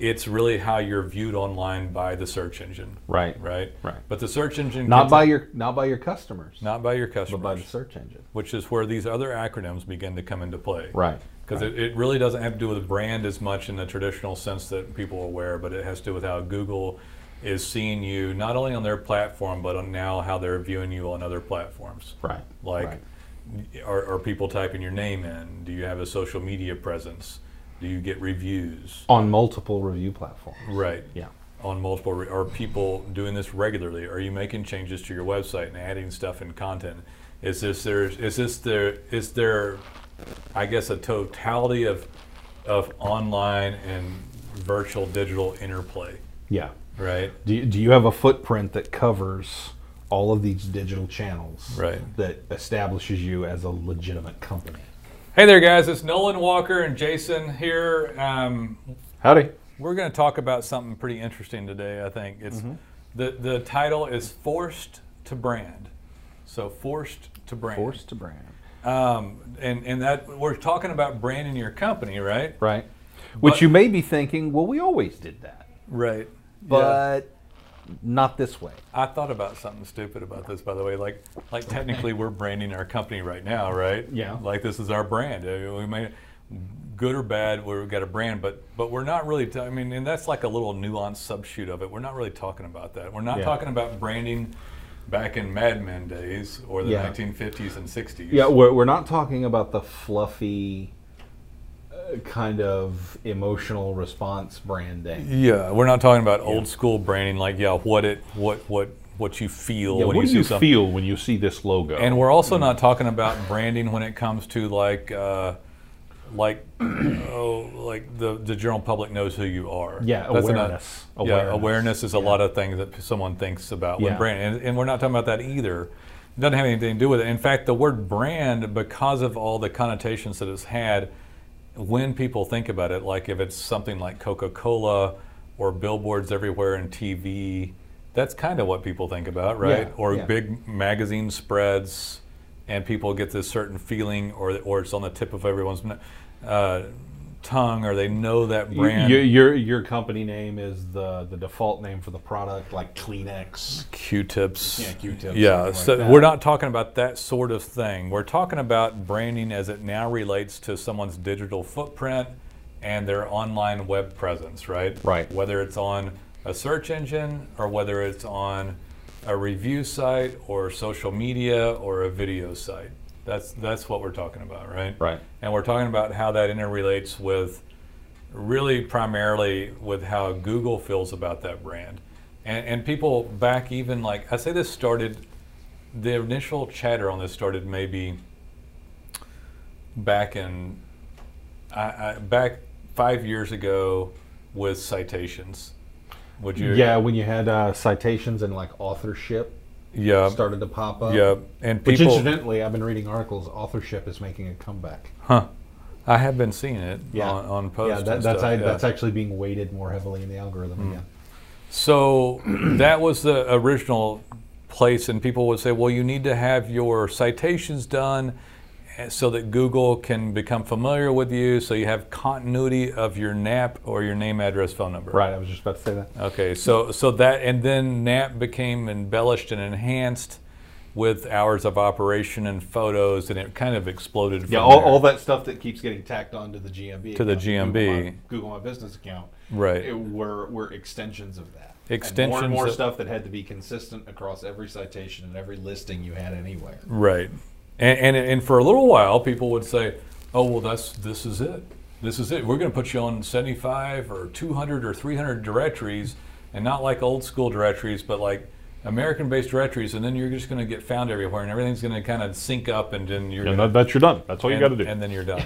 it's really how you're viewed online by the search engine, Right. right? Right. But the search engine Not can by take- your not by your customers, not by your but customers, by the search engine. which is where these other acronyms begin to come into play. Right. Because it, it really doesn't have to do with brand as much in the traditional sense that people are aware, but it has to do with how Google is seeing you not only on their platform, but on now how they're viewing you on other platforms. Right. Like, Right. are, are people typing your name in? Do you have a social media presence? Do you get reviews? On multiple review platforms. Right. Yeah. On multiple, re- are people doing this regularly? Are you making changes to your website and adding stuff and content? Is this there? Is this there? Is there? I guess a totality of of online and virtual digital interplay, Yeah. right? Do you, do you have a footprint that covers all of these digital channels Right. that establishes you as a legitimate company? Hey there, guys! It's Nolan Walker and Jason here. Um, Howdy. We're going to talk about something pretty interesting today. I think it's the the title is forced to brand. So forced to brand. Forced to brand. Um, and and that we're talking about branding your company, right? Right. Which But- you may be thinking, well, we always did that, Right. but not this way. I thought about something stupid about this, by the way. Like, like technically, we're branding our company right now, right? Yeah. Like this is our brand. I mean, We may, good or bad, we've got a brand, but but we're not really. ta- I mean, and that's like a little nuanced subshoot of it. We're not really talking about that. We're not Yeah. talking about branding back in Mad Men days or the Yeah. 1950s and 60s. Yeah, we're, we're not talking about the fluffy uh, kind of emotional response branding. Yeah, we're not talking about old school branding. Like, yeah, what it, what what what you feel when you see something. feel when you see this logo? And we're also not talking about branding when it comes to like, uh, like, oh, like the the general public knows who you are. Yeah, another- awareness. Yeah, Awareness. awareness is a lot of things that someone thinks about Yeah. when brand, and, and we're not talking about that either. It doesn't have anything to do with it. In fact, the word brand, because of all the connotations that it's had, when people think about it, like if it's something like Coca Cola or billboards everywhere and TV, that's kind of what people think about, right? Yeah, or yeah. big magazine spreads, and people get this certain feeling, or or it's on the tip of everyone's uh, tongue, or they know that brand. Your, your your company name is the the default name for the product, like Kleenex. Q-tips. Yeah, Q-tips, Yeah, something so like that. we're not talking about that sort of thing. We're talking about branding as it now relates to someone's digital footprint and their online web presence, right? Right. Whether it's on a search engine or whether it's on a review site or social media or a video site. That's that's what we're talking about, right? Right. And we're talking about how that interrelates with really primarily with how Google feels about that brand. And, and people back even like, I say this started, the initial chatter on this started maybe back in, I, I, back five years ago with citations. Would you? Yeah, when you had uh, citations and like authorship Yeah. started to pop up. Yeah. And Which people, incidentally, I've been reading articles. Authorship is making a comeback. huh? I have been seeing it on, on posts. Yeah, that, and that's stuff, I, yeah. Hmm. that's actually being weighted more heavily in the algorithm again. So that was the original place, and people would say, well, you need to have your citations done eh, so that Google can become familiar with you, so you have continuity of your NAP or your name, address, phone number. Right, I was just about to say that. Okay, so so that and then NAP became embellished and enhanced with hours of operation and photos, and it kind of exploded. From Yeah, all, there. all that stuff that keeps getting tacked on to the GMB To the account, Google My- GMB. Google My Business account, Right. it were were extensions of that. and more Extensions and more of- stuff that had to be consistent across every citation and every listing you had anywhere. Right. And, and and for a little while, people would say, "Oh, well, that's this is it. This is it. We're going to put you on 75 or 200 or 300 directories, and not like old school directories, but like American-based directories, and then you're just going to get found everywhere, and everything's going to kind of sync up, and then you're And gonna, that, that you're done. That's all you and- got to do. and then you're done."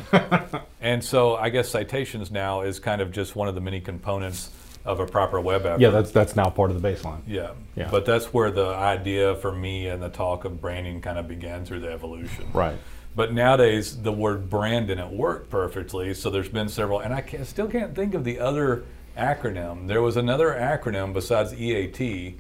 and so, I guess citations now is kind of just one of the many components of a proper web app. Yeah, that's that's now part of the baseline. Yeah. Yeah. But that's where the idea for me and the talk of branding kind of began through the evolution. right. But nowadays, the word brand didn't work perfectly. So there's been several, and I can, still can't think of the other acronym. There was another acronym besides EAT,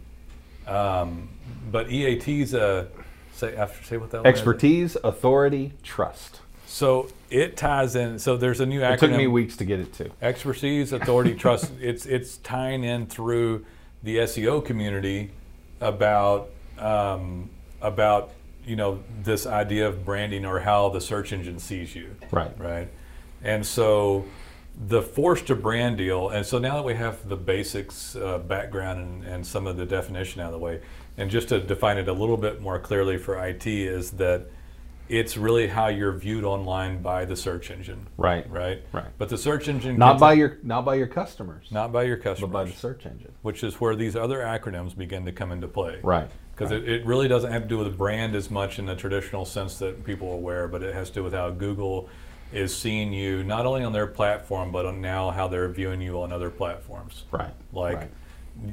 um, but EAT's a say. I have to say what that one is. Expertise, authority, trust. So it ties in. So there's a new acronym. It took me weeks to get it to. expertise, authority, trust. It's it's tying in through the SEO community about um, about you know this idea of branding or how the search engine sees you. Right. Right. And so the force to brand deal. And so now that we have the basics uh, background and, and some of the definition out of the way, and just to define it a little bit more clearly for IT is that it's really how you're viewed online by the search engine Right. right? Right. But the search engine Not conti- by your not by your customers, not by your customers, but by the search engine. which is where these other acronyms begin to come into play, Right. Because it, it really doesn't have to do with the brand as much in the traditional sense that people are aware, but it has to do with how Google is seeing you not only on their platform, but on now how they're viewing you on other platforms. Right. Like,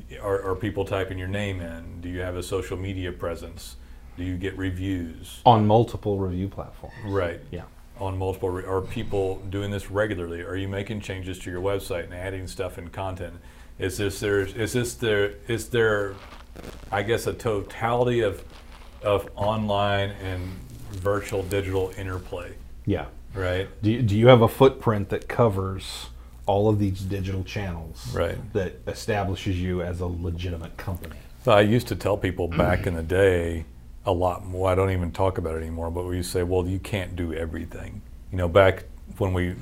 Right. are, are people typing your name in? Do you have a social media presence? Do you get reviews? on multiple review platforms. Right Yeah. on multiple re- are people doing this regularly are you making changes to your website and adding stuff and content is this there is this there is there i guess a totality of of online and virtual digital interplay Yeah. right Do you, do you have a footprint that covers all of these digital channels Right. that establishes you as a legitimate company? So I used to tell people back in the day a lot more. I don't even talk about it anymore, but we used to say, well, you can't do everything. You know, back when we,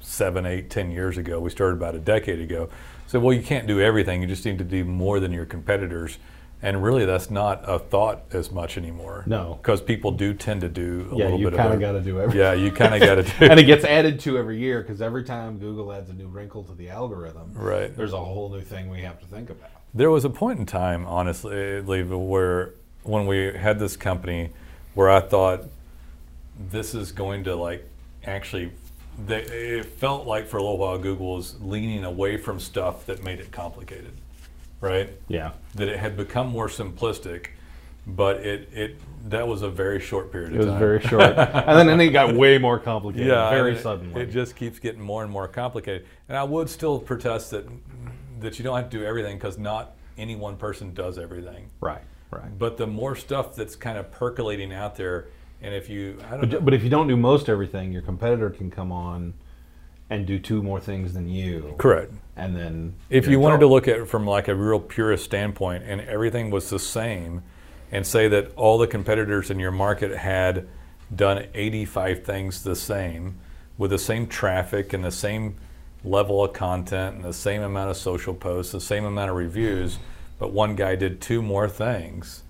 seven, eight, ten years ago, we started about a decade ago, said, well, you can't do everything. You just need to do more than your competitors. And really, that's not a thought as much anymore. No. Because people do tend to do a Yeah, little you bit kind of of got to do everything. Yeah, you kind of got to do and it gets added to every year because every time Google adds a new wrinkle to the algorithm, Right. there's a whole new thing we have to think about. There was a point in time, honestly, where when we had this company, where I thought this is going to like actually, they, it felt like for a little while Google was leaning away from stuff that made it complicated, right? Yeah. That it had become more simplistic, but it it that was a very short period It of was time. very short. and then, and then it got way more complicated very and it- suddenly. It just keeps getting more and more complicated. And I would still protest that that you don't have to do everything because not any one person does everything. right. Right. But the more stuff that's kind of percolating out there, and if you, I don't But, know, but if you don't do most everything, your competitor can come on and do two more things than you. correct. And then If you're you in wanted to trouble. look at it from like a real purist standpoint, and everything was the same, and say that all the competitors in your market had done 85 things the same, with the same traffic and the same level of content and the same amount of social posts, the same amount of reviews, but one guy did two more things,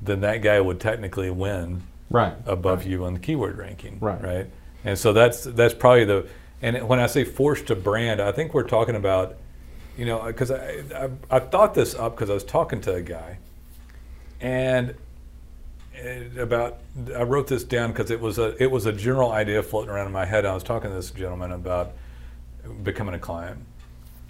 then that guy would technically win right, above you on the keyword ranking. Right. Right. And so that's that's probably the and when I say forced to brand, I think we're talking about, you know, because I, I I thought this up because I was talking to a guy, and it- about I wrote this down because it was a it was a general idea floating around in my head. I was talking to this gentleman about becoming a client,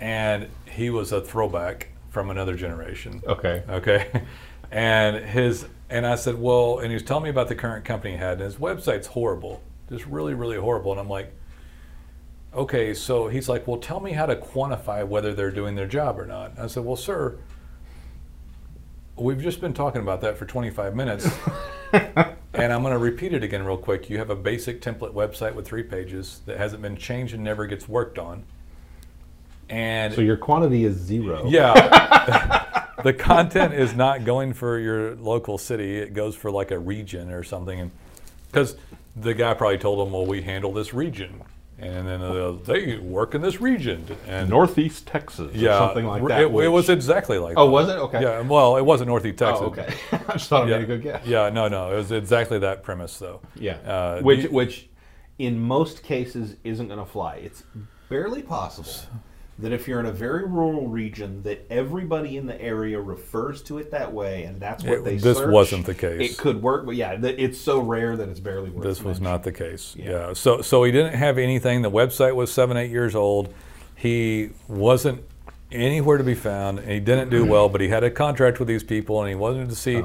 and he was a throwback from another generation. okay, Okay. And his and I said, well, and he was telling me about the current company he had, and his website's horrible, just really, really horrible. And I'm like, okay. So he's like, well, tell me how to quantify whether they're doing their job or not. I said, well, sir, we've just been talking about that for 25 minutes, and I'm going to repeat it again real quick. You have a basic template website with three pages that hasn't been changed and never gets worked on. And so your quantity is zero. yeah. the content is not going for your local city. It goes for like a region or something. Because the guy probably told them, well, we handle this region. And then uh, they work in this region. And Northeast Texas, yeah, or something like that. It, it which- was exactly like Oh, that. was it? Okay. Yeah, well, it wasn't Northeast Texas. Oh, okay. I just thought I Yeah, made a good guess. yeah, no, no. It was exactly that premise, though. Yeah. Uh, which, the- which, in most cases, isn't going to fly. It's barely possible that if you're in a very rural region, that everybody in the area refers to it that way, and that's what It- they. this search. wasn't the case. It could work, but yeah, th- it's so rare that it's barely worth. This was mentioning. not the case. Yeah. So so he didn't have anything. The website was seven eight years old. He wasn't anywhere to be found. And he didn't do well. But he had a contract with these people, and he wasn't to see.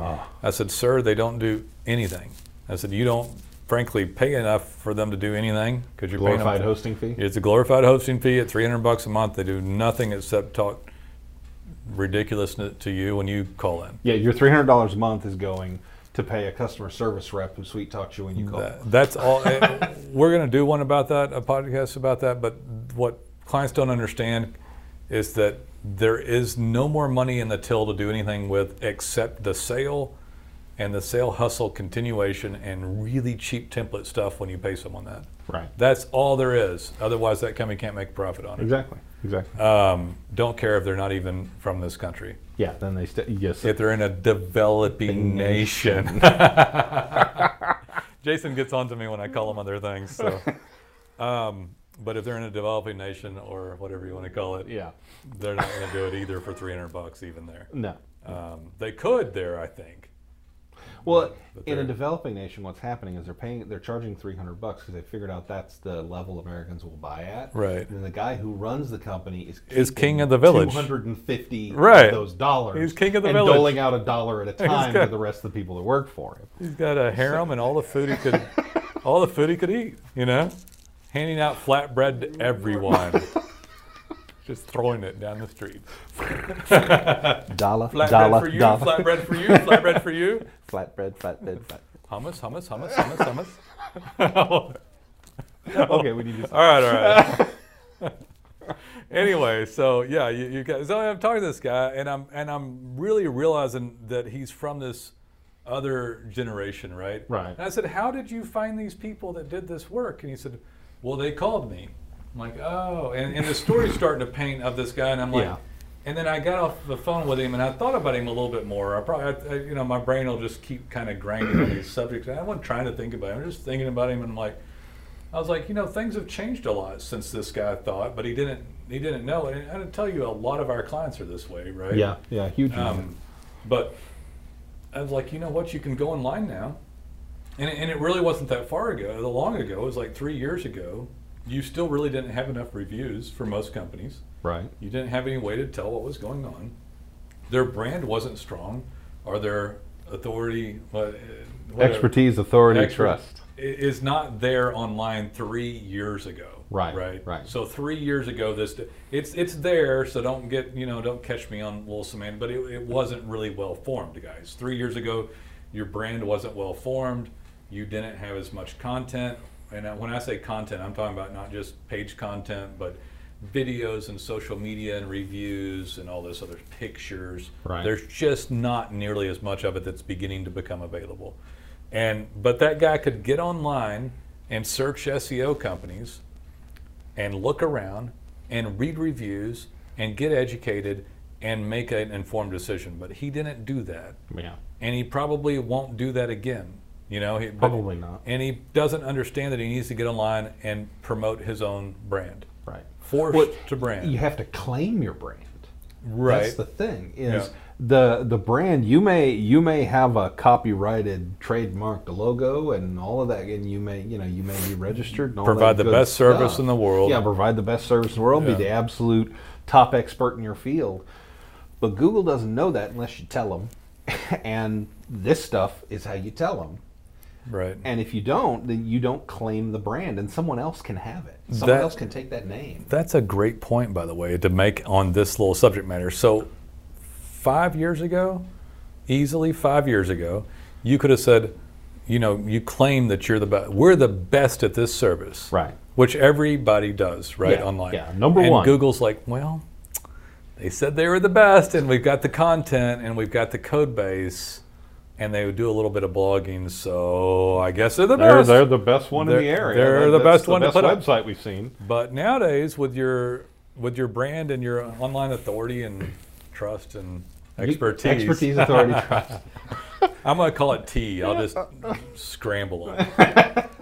I said, sir, they don't do anything. I said, you don't frankly pay enough for them to do anything because you're paying glorified them. hosting fee. It's a glorified hosting fee at 300 bucks a month. They do nothing except talk ridiculousness to you when you call in. Yeah, your three hundred dollars a month is going to pay a customer service rep who sweet talks you when you call. That- that's all. eh, we're going to do one about that, a podcast about that. But what clients don't understand is that there is no more money in the till to do anything with except the sale and the sale hustle continuation and really cheap template stuff when you pay someone that. Right. That's all there is. Otherwise, that company can't make a profit on it. Exactly. Exactly. Um, don't care if they're not even from this country. yeah. Then they st- yes. If they're in a developing nation. Jason gets on to me when I call them other things. So. Um, but if they're in a developing nation or whatever you want to call it, yeah. they're not going to do it either for 300 bucks even there. No. Um, they could there, I think. Well, But in a they're- developing nation, what's happening is they're paying, they're charging three hundred bucks because they figured out that's the level Americans will buy at. Right. And the guy who runs the company is Is king of the village. Two hundred and fifty. Right. Of those dollars. He's king of the and village. doling out a dollar at a time got- to the rest of the people that work for him. He's got a harem and all the food he could, all the food he could eat. You know, handing out flatbread to everyone, just throwing it down the street. Dollar, Flatbread dollar, for you, dollar. flatbread for you, flatbread for you. Flatbread, flatbread, flatbread. Hummus, hummus, hummus, hummus, hummus. Okay, we need to. All right, all right. anyway, so yeah, you, you guys. So I'm talking to this guy, and I'm and I'm really realizing that he's from this other generation, right? Right. And I said, "How did you find these people that did this work?" And he said, "Well, they called me." I'm like, "Oh," and, and the story's starting to paint of this guy, and I'm like. Yeah. And then I got off the phone with him, and I thought about him a little bit more. I probably, I, I- you know, my brain will just keep kind of grinding on these subjects. I wasn't trying to think about him; I'm just thinking about him, and I'm like, I was like, you know, things have changed a lot since this guy thought, but he didn't. He didn't know, and I tell you, a lot of our clients are this way, right? Yeah. Yeah. Huge. Um, but I was like, you know what? You can go online now, and it, and it really wasn't that far ago. The long ago it was like three years ago. You still really didn't have enough reviews for most companies. right. You didn't have any way to tell what was going on. Their brand wasn't strong, or their authority, what, whatever Expertise, authority, expert trust. i- is not there online three years ago. Right, Right. right. So three years ago, this it's it's there. So don't get you know don't catch me on little semantic. But it, it wasn't really well formed, guys. Three years ago, your brand wasn't well formed. You didn't have as much content. And I- when I say content, I'm talking about not just page content, but videos and social media and reviews and all this other pictures. Right. There's just not nearly as much of it that's beginning to become available. And but that guy could get online and search SEO companies and look around and read reviews and get educated and make an informed decision. But he didn't do that. Yeah. And he probably won't do that again. You know, he, but- Probably not. And he doesn't understand that he needs to get online and promote his own brand. Right. Forced Well, to brand. You have to claim your brand. right. That's the thing is Yeah. the the brand you may you may have a copyrighted trademarked logo and all of that and you may you know you may be registered and all Provide that the good best service stuff. in the world. Yeah, provide the best service in the world, Yeah. be the absolute top expert in your field. But Google doesn't know that unless you tell them. and this stuff is how you tell them. right. And if you don't, then you don't claim the brand and someone else can have it. Someone That- else can take that name. That's a great point, by the way, to make on this little subject matter. So, five years ago, easily five years ago, you could have said, you know, you claim that you're the best. We're the best at this service, Right. Which everybody does, right? Yeah, Online, yeah, number and one. Google's like, well, they said they were the best, and we've got the content, and we've got the code base, and they would do a little bit of blogging. So I guess they're the best. the best one in They're- the area. they're the That's best the one to best put up. website we've seen. But nowadays, with your with your brand and your online authority and trust and expertise, Expertise, authority, trust. I'm gonna call it T. I'll just scramble on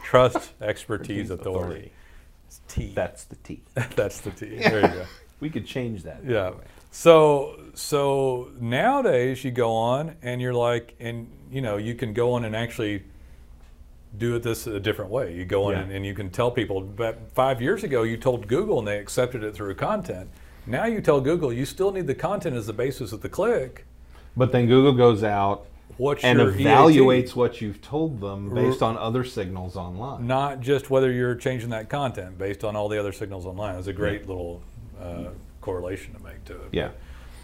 trust, expertise, authority. It's T. That's the T. That's the T. There you go. We could change that. Yeah. So so nowadays you go on and you're like and you know you can go on and actually do it this a different way. You go on Yeah. and, and you can tell people. But five years ago you told Google and they accepted it through content. Now you tell Google you still need the content as the basis of the click. But then Google goes out What's and your E evaluates EAT? what you've told them based on other signals online. not just whether you're changing that content based on all the other signals online. It's a great little uh, correlation to make to it. Yeah.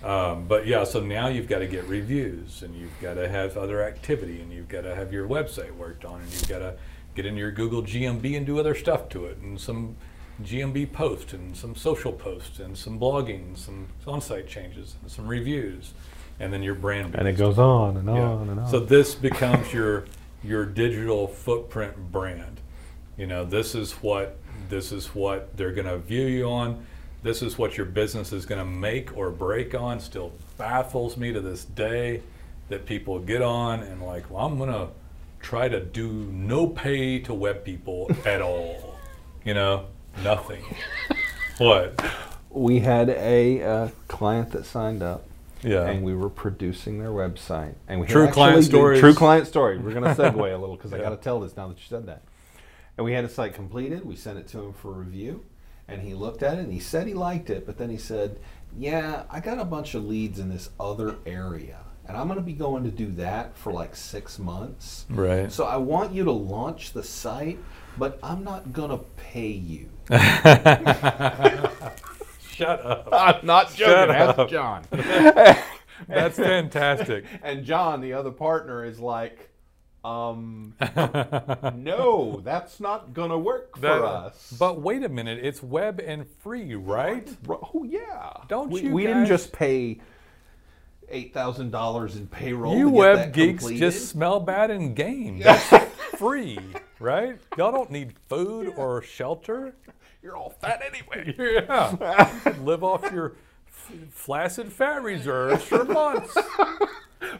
Um, but yeah, so now you've got to get reviews and you've got to have other activity and you've got to have your website worked on and you've got to get into your Google GMB and do other stuff to it and some GMB post and some social posts and some blogging and some on-site changes and some reviews and then your brand. And it builds. goes on and on Oh, Yeah. and on. So this becomes your your digital footprint brand. You know, this is what this is what they're going to view you on. This is what your business is going to make or break on. Still baffles me to this day that people get on and like, well, I'm going to try to do no pay to web people at all. You know, nothing. what? we had a uh, client that signed up. Yeah. And we were producing their website, and we had True actually client the- stories. True client story. We're gonna segue a little because I Yeah. got to tell this. Now that you said that, and we had a site completed, we sent it to him for review, and he looked at it and he said he liked it, but then he said, "Yeah, I got a bunch of leads in this other area, and I'm going to be going to do that for like six months. Right. So I want you to launch the site, but I'm not going to pay you." Shut up. I'm not Shut joking. up. That's John. That's fantastic. And John, the other partner, is like, um, no, that's not gonna work That- for us. But wait a minute, it's web and free, right? Oh yeah. Don't we, you We didn't guys- just pay. eight thousand dollars in payroll. you to Oh, get web that geeks completed. just smell bad and game. That's free, right? Y'all don't need food or shelter. you're all fat anyway. Yeah. You could live off your f- flaccid fat reserves for months.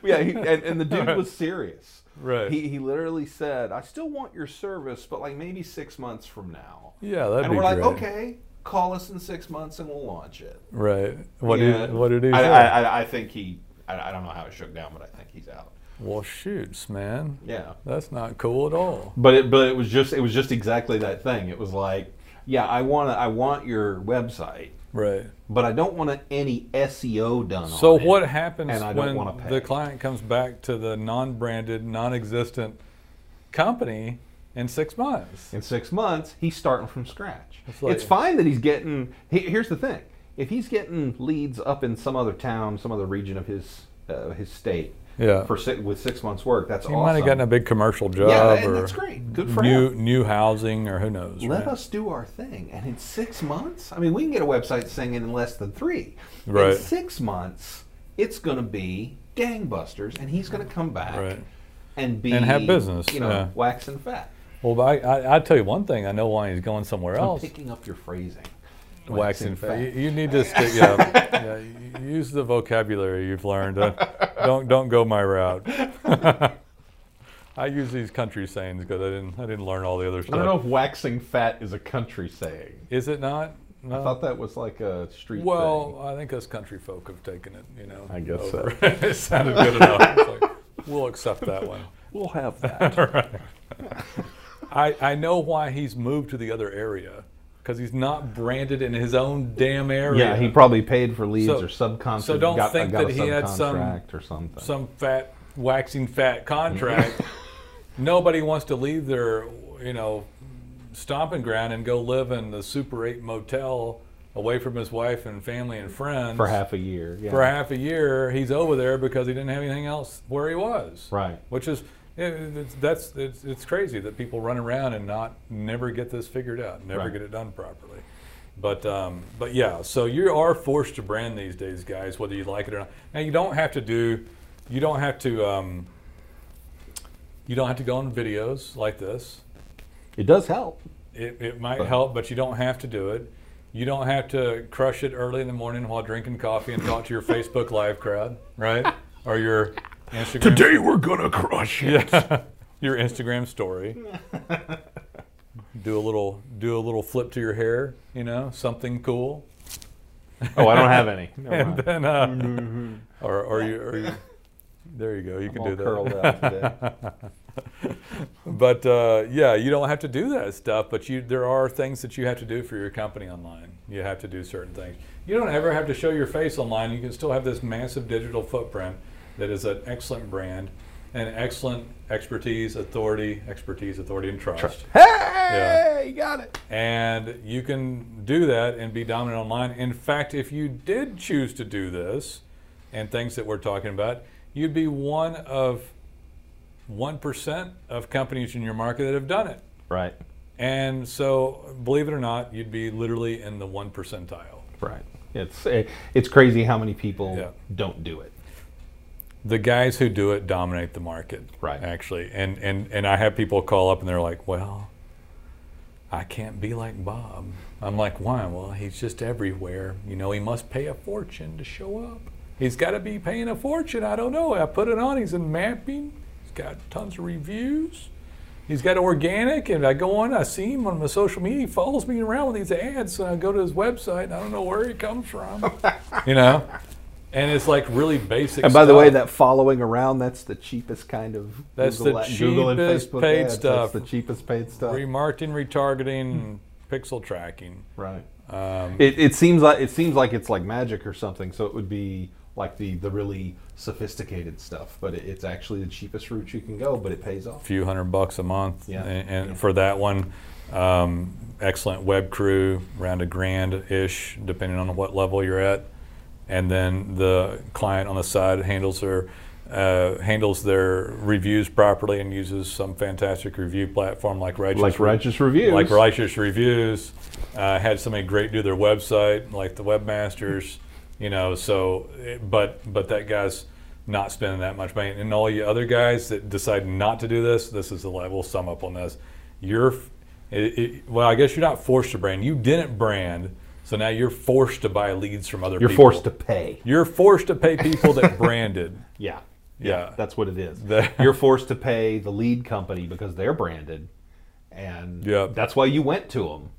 Yeah, he, and, and the dude was serious. Right. He, he Literally said, I still want your service, but like maybe six months from now. Yeah, that'd and be we're like, great. okay, call us in six months and we'll launch it. Right. What Yeah. did what did he I, say? I, I, I think he. I, I don't know how it shook down, but I think he's out. well, shoots, man. Yeah. That's not cool at all. But it, but it was just it was just exactly that thing. It was like, yeah, I want I want your website, Right. but I don't want any SEO done. So on it. what happens and I don't when wanna pay. the client comes back to the non-branded, non-existent company in six months? In six months, he's starting from scratch. It's, like- fine that he's getting. he- here's the thing: if he's getting leads up in some other town, some other region of his uh, his state, Yeah. for six, with six months' work, that's He awesome. might have gotten a big commercial job yeah, and or that's great. Good for new him. new housing or who knows. Let right? us do our thing, and in six months, I mean, we can get a website singing in less than three. Right. In six months, it's going to be gangbusters, and he's going to come back Right. and be And have business, you know, yeah. waxing fat. Well, I, I I tell you one thing. I know why he's going somewhere I'm else. picking up your phrasing. Waxing fat. You, you need to stick. Yeah, yeah. you- you Use the vocabulary you've learned. Uh, don't don't go my route. I use these country sayings because I didn't I didn't learn all the other stuff. I don't know if waxing fat is a country saying. Is it not? No. I thought that was like a street Well, I think us country folk have taken it, you know. I guess so. so. it sounded good enough. It's like, we'll accept that one. we'll have that. I, I know why he's moved to the other area because he's not branded in his own damn thing. area. Yeah, he probably paid for leads So- or subcontract. so don't got, think got that a he had some- subcontract or something. some fat waxing fat contract. Nobody wants to leave their you know stomping ground and go live in the Super Eight motel away from his wife and family and friends for half a year. Yeah. for half a year he's over there because he didn't have anything else where he was Right. which is it- it's, that's it's, it's crazy that people run around and not never get this figured out never Right. get it done properly but um, but yeah so you are forced to brand these days guys whether you like it or not now you don't have to do you don't have to um, you don't have to go on videos like this It does help. it, it might help, but you don't have to do it. You don't have to crush it early in the morning while drinking coffee and talk to your Facebook Live crowd, right? Or your Instagram. Today we're gonna crush it. Yeah. Your Instagram story. do a little, do a little flip to your hair, you know, something cool, Oh, I don't have any. Never and mind. then, uh, or or you, or you, there you go. You can Mm-hmm. all do that. curled up today. But uh, yeah, you don't have to do that stuff. But you, there are things that you have to do for your company online. You have to do certain things. You don't ever have to show your face online. You can still have this massive digital footprint that is an excellent brand, and excellent expertise, authority, expertise, authority, and trust. Hey, you got it. And you can do that and be dominant online. In fact, if you did choose to do this, and things that we're talking about, you'd be one of 1% of companies in your market that have done it. Right. And so, believe it or not, you'd be literally in the 1 percentile. Right. It's eh, it's crazy how many people Yeah. don't do it. the guys who do it dominate the market Right. actually and and and i have people call up and they're like well i can't be like bob i'm like why well he's just everywhere you know he must pay a fortune to show up he's got to be paying a fortune i don't know i put it on he's in mapping he's got tons of reviews he's got organic and i go on i see him on my social media he follows me around with these ads and i go to his website and i don't know where he comes from you know and it's like really basic And by the way, stuff. that following around, that's the cheapest kind of That's Google, the ad- cheapest paid ads. stuff. That's the cheapest paid stuff. remarketing, retargeting, Hmm. and pixel tracking. Right. Um, It, it seems like it seems like it's like magic or something. So it would be like the the really sophisticated stuff, but it, it's actually the cheapest route you can go, but it pays off. few hundred bucks a month, Yeah. and, and Yeah. for that one, um, excellent web crew, around a grand ish, depending on what level you're at, and then the client on the side handles their uh, handles their reviews properly and uses some fantastic review platform like Righteous Like righteous reviews. like righteous reviews. Uh, had somebody great do their website, like the webmasters, you know. So, eh, but but that guy's not spending that much money, and all you other guys that decide not to do this, this is the level. We'll sum up on this. You're, f- it, it, well, I guess you're not forced to brand. You didn't brand, so now you're forced to buy leads from other. You're people. forced to pay. You're forced to pay people that branded. Yeah. Yeah. That's what it is. The- You're forced to pay the lead company because they're branded, and Yep. that's why you went to them,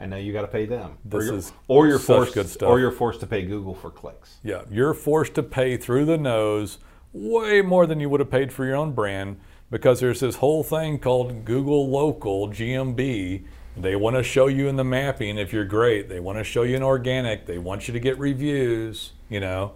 and now you got to pay them. or This you're, is or you're such forced good stuff. or you're forced to pay Google for clicks. Yeah, you're forced to pay through the nose way more than you would have paid for your own brand because there's this whole thing called Google Local GMB. They want to show you in the mapping if you're great. They want to show you in organic. They want you to get reviews, you know.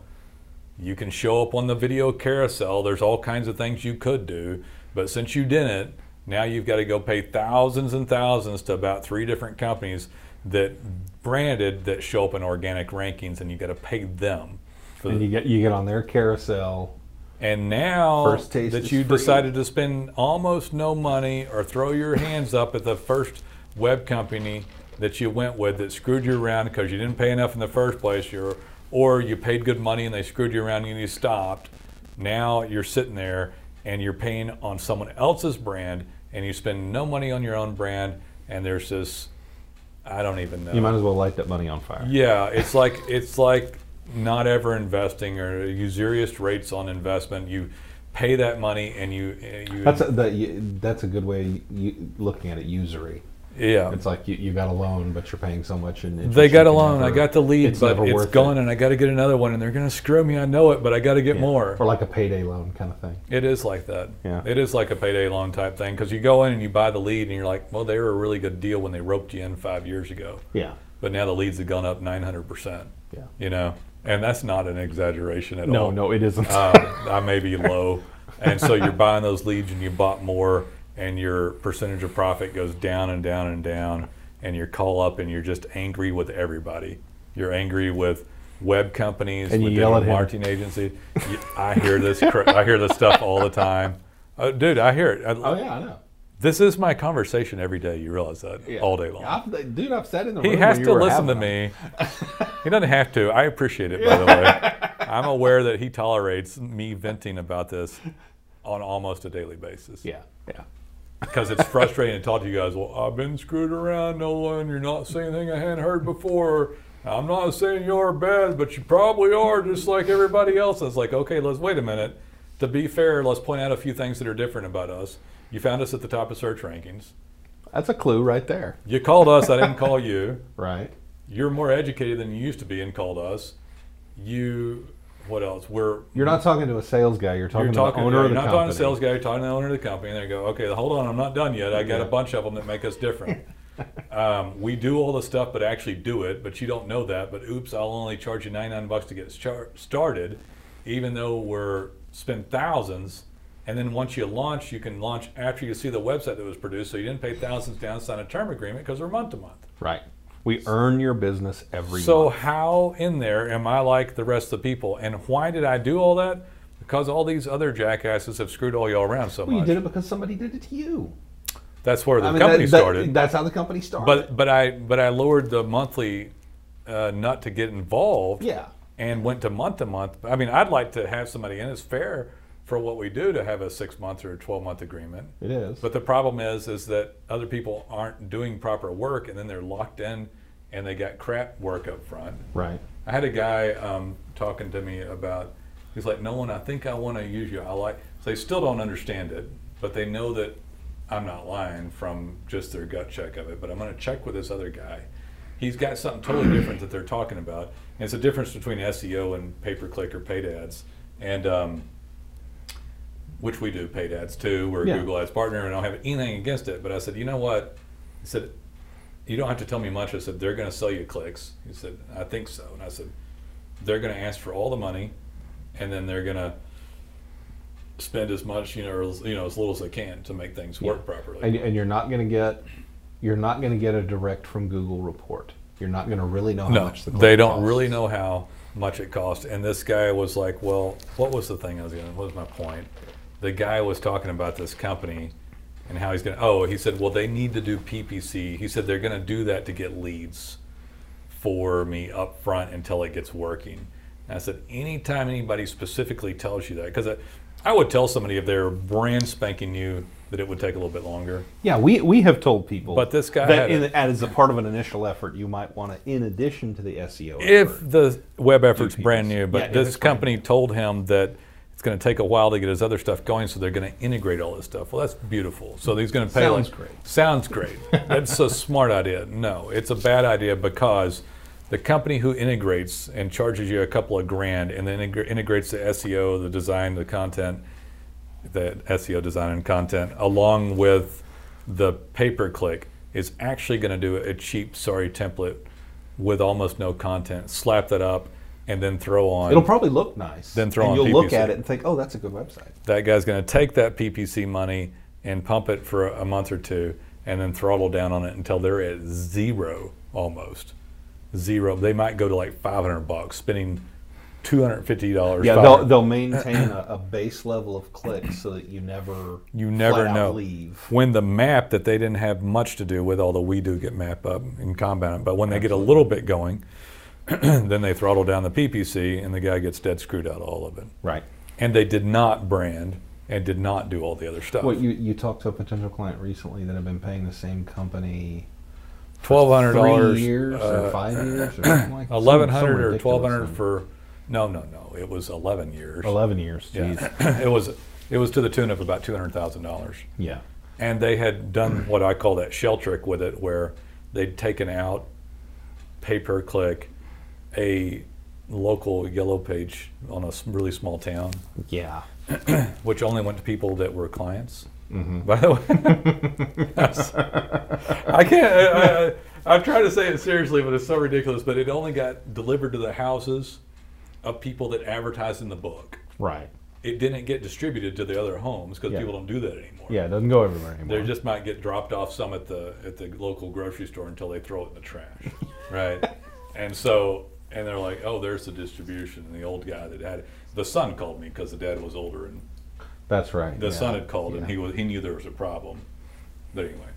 You can show up on the video carousel. There's all kinds of things you could do, but since you didn't, now you've got to go pay thousands and thousands to about three different companies that branded that show up in organic rankings, and you got to pay them. For And the, you get you get on their carousel. and now First taste that is you free. decided to spend almost no money or throw your hands up at the first web company that you went with that screwed you around because you didn't pay enough in the first place, you're, or you paid good money and they screwed you around and you stopped. Now you're sitting there and you're paying on someone else's brand and you spend no money on your own brand. And there's this, I don't even know. You might as well light that money on fire. Yeah, it's like it's like not ever investing or usurious rates on investment. You pay that money and you uh, you That's a, that you, that's a good way you, looking at it. Usury. yeah. It's like you, you got a loan, but you're paying so much in interest. They got you a can loan. I never- got the lead, it's but never it's worth gone, it. and I got to get another one, and they're gonna screw me. I know it, but I got to get Yeah. more. or like a payday loan kind of thing. It is like that. Yeah. It is like a payday loan type thing because you go in and you buy the lead, and you're like, well, they were a really good deal when they roped you in five years ago, Yeah. but now the leads have gone up 900 percent. Yeah. You know, and that's not an exaggeration at all. No, no, it isn't. um, I may be low. And so you're buying those leads and you bought more, and your percentage of profit goes down and down and down, and you call up and you're just angry with everybody. You're angry with web companies, And you with yell at him. marketing agencies. You- I hear this. cra- I hear this stuff all the time. Uh, dude, I hear it. I- oh yeah, I know. This is my conversation every day. You realize that Yeah. all day long. I've, dude, I've sat in the He room. has when you to were listen to having it. me. he doesn't have to. I appreciate it, by the way. I'm aware that he tolerates me venting about this on almost a daily basis. Yeah, yeah. Because it's frustrating to talk to you guys. Well, I've been screwed around, Nolan. You're not saying anything I hadn't heard before. I'm not saying you're bad, but you probably are, just like everybody else. It's like, okay, let's wait a minute. To be fair, let's point out a few things that are different about us. You found us at the top of search rankings. That's a clue right there, You called us. I didn't call you right? you're more educated than you used to be and called us. You, what else? We're You're not talking to a sales guy. You're talking you're to the owner yeah, of you're the not company. talking to sales guy. You're talking to the owner of the company, and they go, okay, hold on, I'm not done yet. I got a bunch of them that make us different. um, we do all the stuff, but actually do it, but you don't know that. But oops, I'll only charge you 99 bucks to get char- started, even though we're spend thousands. And then once you launch, you can launch after you see the website that was produced, so you didn't pay thousands down, sign a term agreement because we're month to month. Right. We earn your business every So month. how in there am I like the rest of the people? And why did I do all that? Because all these other jackasses have screwed all y'all around so Well, you much. did it because somebody did it to you. That's where the I mean, company that- that- started. That's how the company started. but but I but I lowered the monthly uh, nut to get involved. Yeah. And went to month to month. I mean, I'd like to have somebody in. It's fair for what we do to have a six month or twelve month agreement. it is. But the problem is, is that other people aren't doing proper work, and then they're locked in, and they got crap work up front. right. I had a guy um, talking to me about. He's like, Nolan, I think I want to use you. I like. So they still don't understand it, but they know that I'm not lying from just their gut check of it. But I'm going to check with this other guy. He's got something totally different that they're talking about. And it's a difference between SEO and pay per click or paid ads, and um, which we do paid ads too. We're a Yeah. Google Ads partner, and I don't have anything against it. But I said, you know what? He said, you don't have to tell me much. I said, they're going to sell you clicks. He said, I think so. And I said, they're going to ask for all the money, and then they're going to spend as much, you know, or, as- you know, as little as they can to make things work properly. And, and you're not going to get you're not going to get a direct from Google report. You're not going to really know how no, much the they click don't costs. really know how much it costs. And this guy was like, well, what was the thing I was going to, what was my point? The guy was talking about this company and how he's going to, oh, he said, well, they need to do PPC. He said, they're going to do that to get leads. for me up front until it gets working. And I said, anytime anybody specifically tells you that, because I, I would tell somebody if they're brand spanking new that it would take a little bit longer. Yeah, we, we have told people. But this guy that had in, it. as a part of an initial effort, you might want to, in addition to the E SEO, If effort, the web effort's PPs. brand new, Yeah, but if it's this brand company told him that it's going to take a while to get his other stuff going, so they're going to integrate all this stuff. Well, that's beautiful. So he's going to pay. Sounds like- great. Sounds great. that's a smart idea. No, it's a bad idea because the company who integrates and charges you a couple of grand and then integra- integrates the SEO, the design, the content, the SEO E design and content, along with the pay per click, is actually going to do a cheap, sorry template with almost no content, slap that up, and then throw on. it'll probably look nice. Then throw and on you'll look PPC. at it and think, oh, that's a good website. that guy's going to take that PPC money and pump it for a month or two and then throttle down on it until they're at zero almost. Zero. They might go to like 500 bucks, spending $250. Yeah, five- they'll, they'll maintain a, a base level of clicks so that you never you flat never out know. leave. When the map that they didn't have much to do with, although we do get map up and compound it, but when they get a little bit going, then they throttle down the PPC and the guy gets dead screwed out of all of it. Right. And they did not brand and did not do all the other stuff. What you you talked to a potential client recently that have been paying the same company Twelve hundred dollars, uh, three years or five years or something like some- some eleven hundred or ridiculous twelve hundred number. for. No, no, no. It was eleven years. eleven years. Jeez. Yeah. it was. It was to the tune of about two hundred thousand dollars. Yeah. And they had done what I call that shell trick with it, where they'd taken out pay per click, a local yellow page on a s- really small town, Yeah. which only went to people that were clients. By the way, I can't. I, I, I'm trying to say it seriously, but it's so ridiculous. But it only got delivered to the houses of people that advertised in the book. Right. It didn't get distributed to the other homes because Yeah. people don't do that anymore. Yeah. It doesn't go everywhere anymore. They just might get dropped off some at the at the local grocery store until they throw it in the trash, right? And so and they're like, oh, there's the distribution. And the old guy that had it, the son called me because the dad was older and That's right. the yeah. son had called and Yeah. he was he knew there was a problem. But anyway.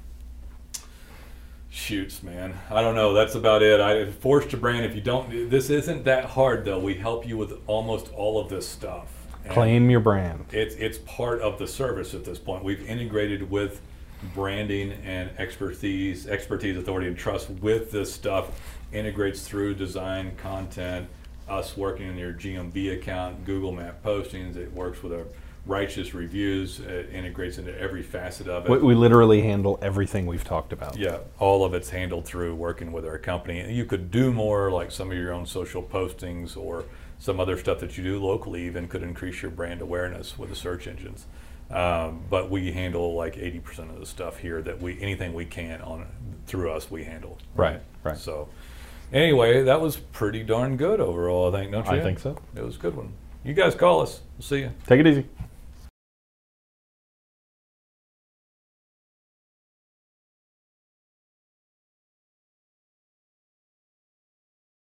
Shoots, man. I don't know. That's about it. I forced to brand. If you don't, this isn't that hard though. We help you with almost all of this stuff. And claim your brand. It's it's part of the service at this point. We've integrated with branding and expertise, expertise, authority, and trust with this stuff. Integrates through design, content, us working in your GMB account, Google Map postings. It works with our righteous reviews. It integrates into every facet of it. We, we literally handle everything we've talked about. Yeah, all of it's handled through working with our company. And You could do more, like some of your own social postings or some other stuff that you do locally, even could increase your brand awareness with the search engines. Um, but we handle like 80% of the stuff here that we anything we can on through us we handle. Right, right. So anyway, that was pretty darn good overall. I think don't you? I think so. It was a good one. You guys call us. We'll see you. Take it easy.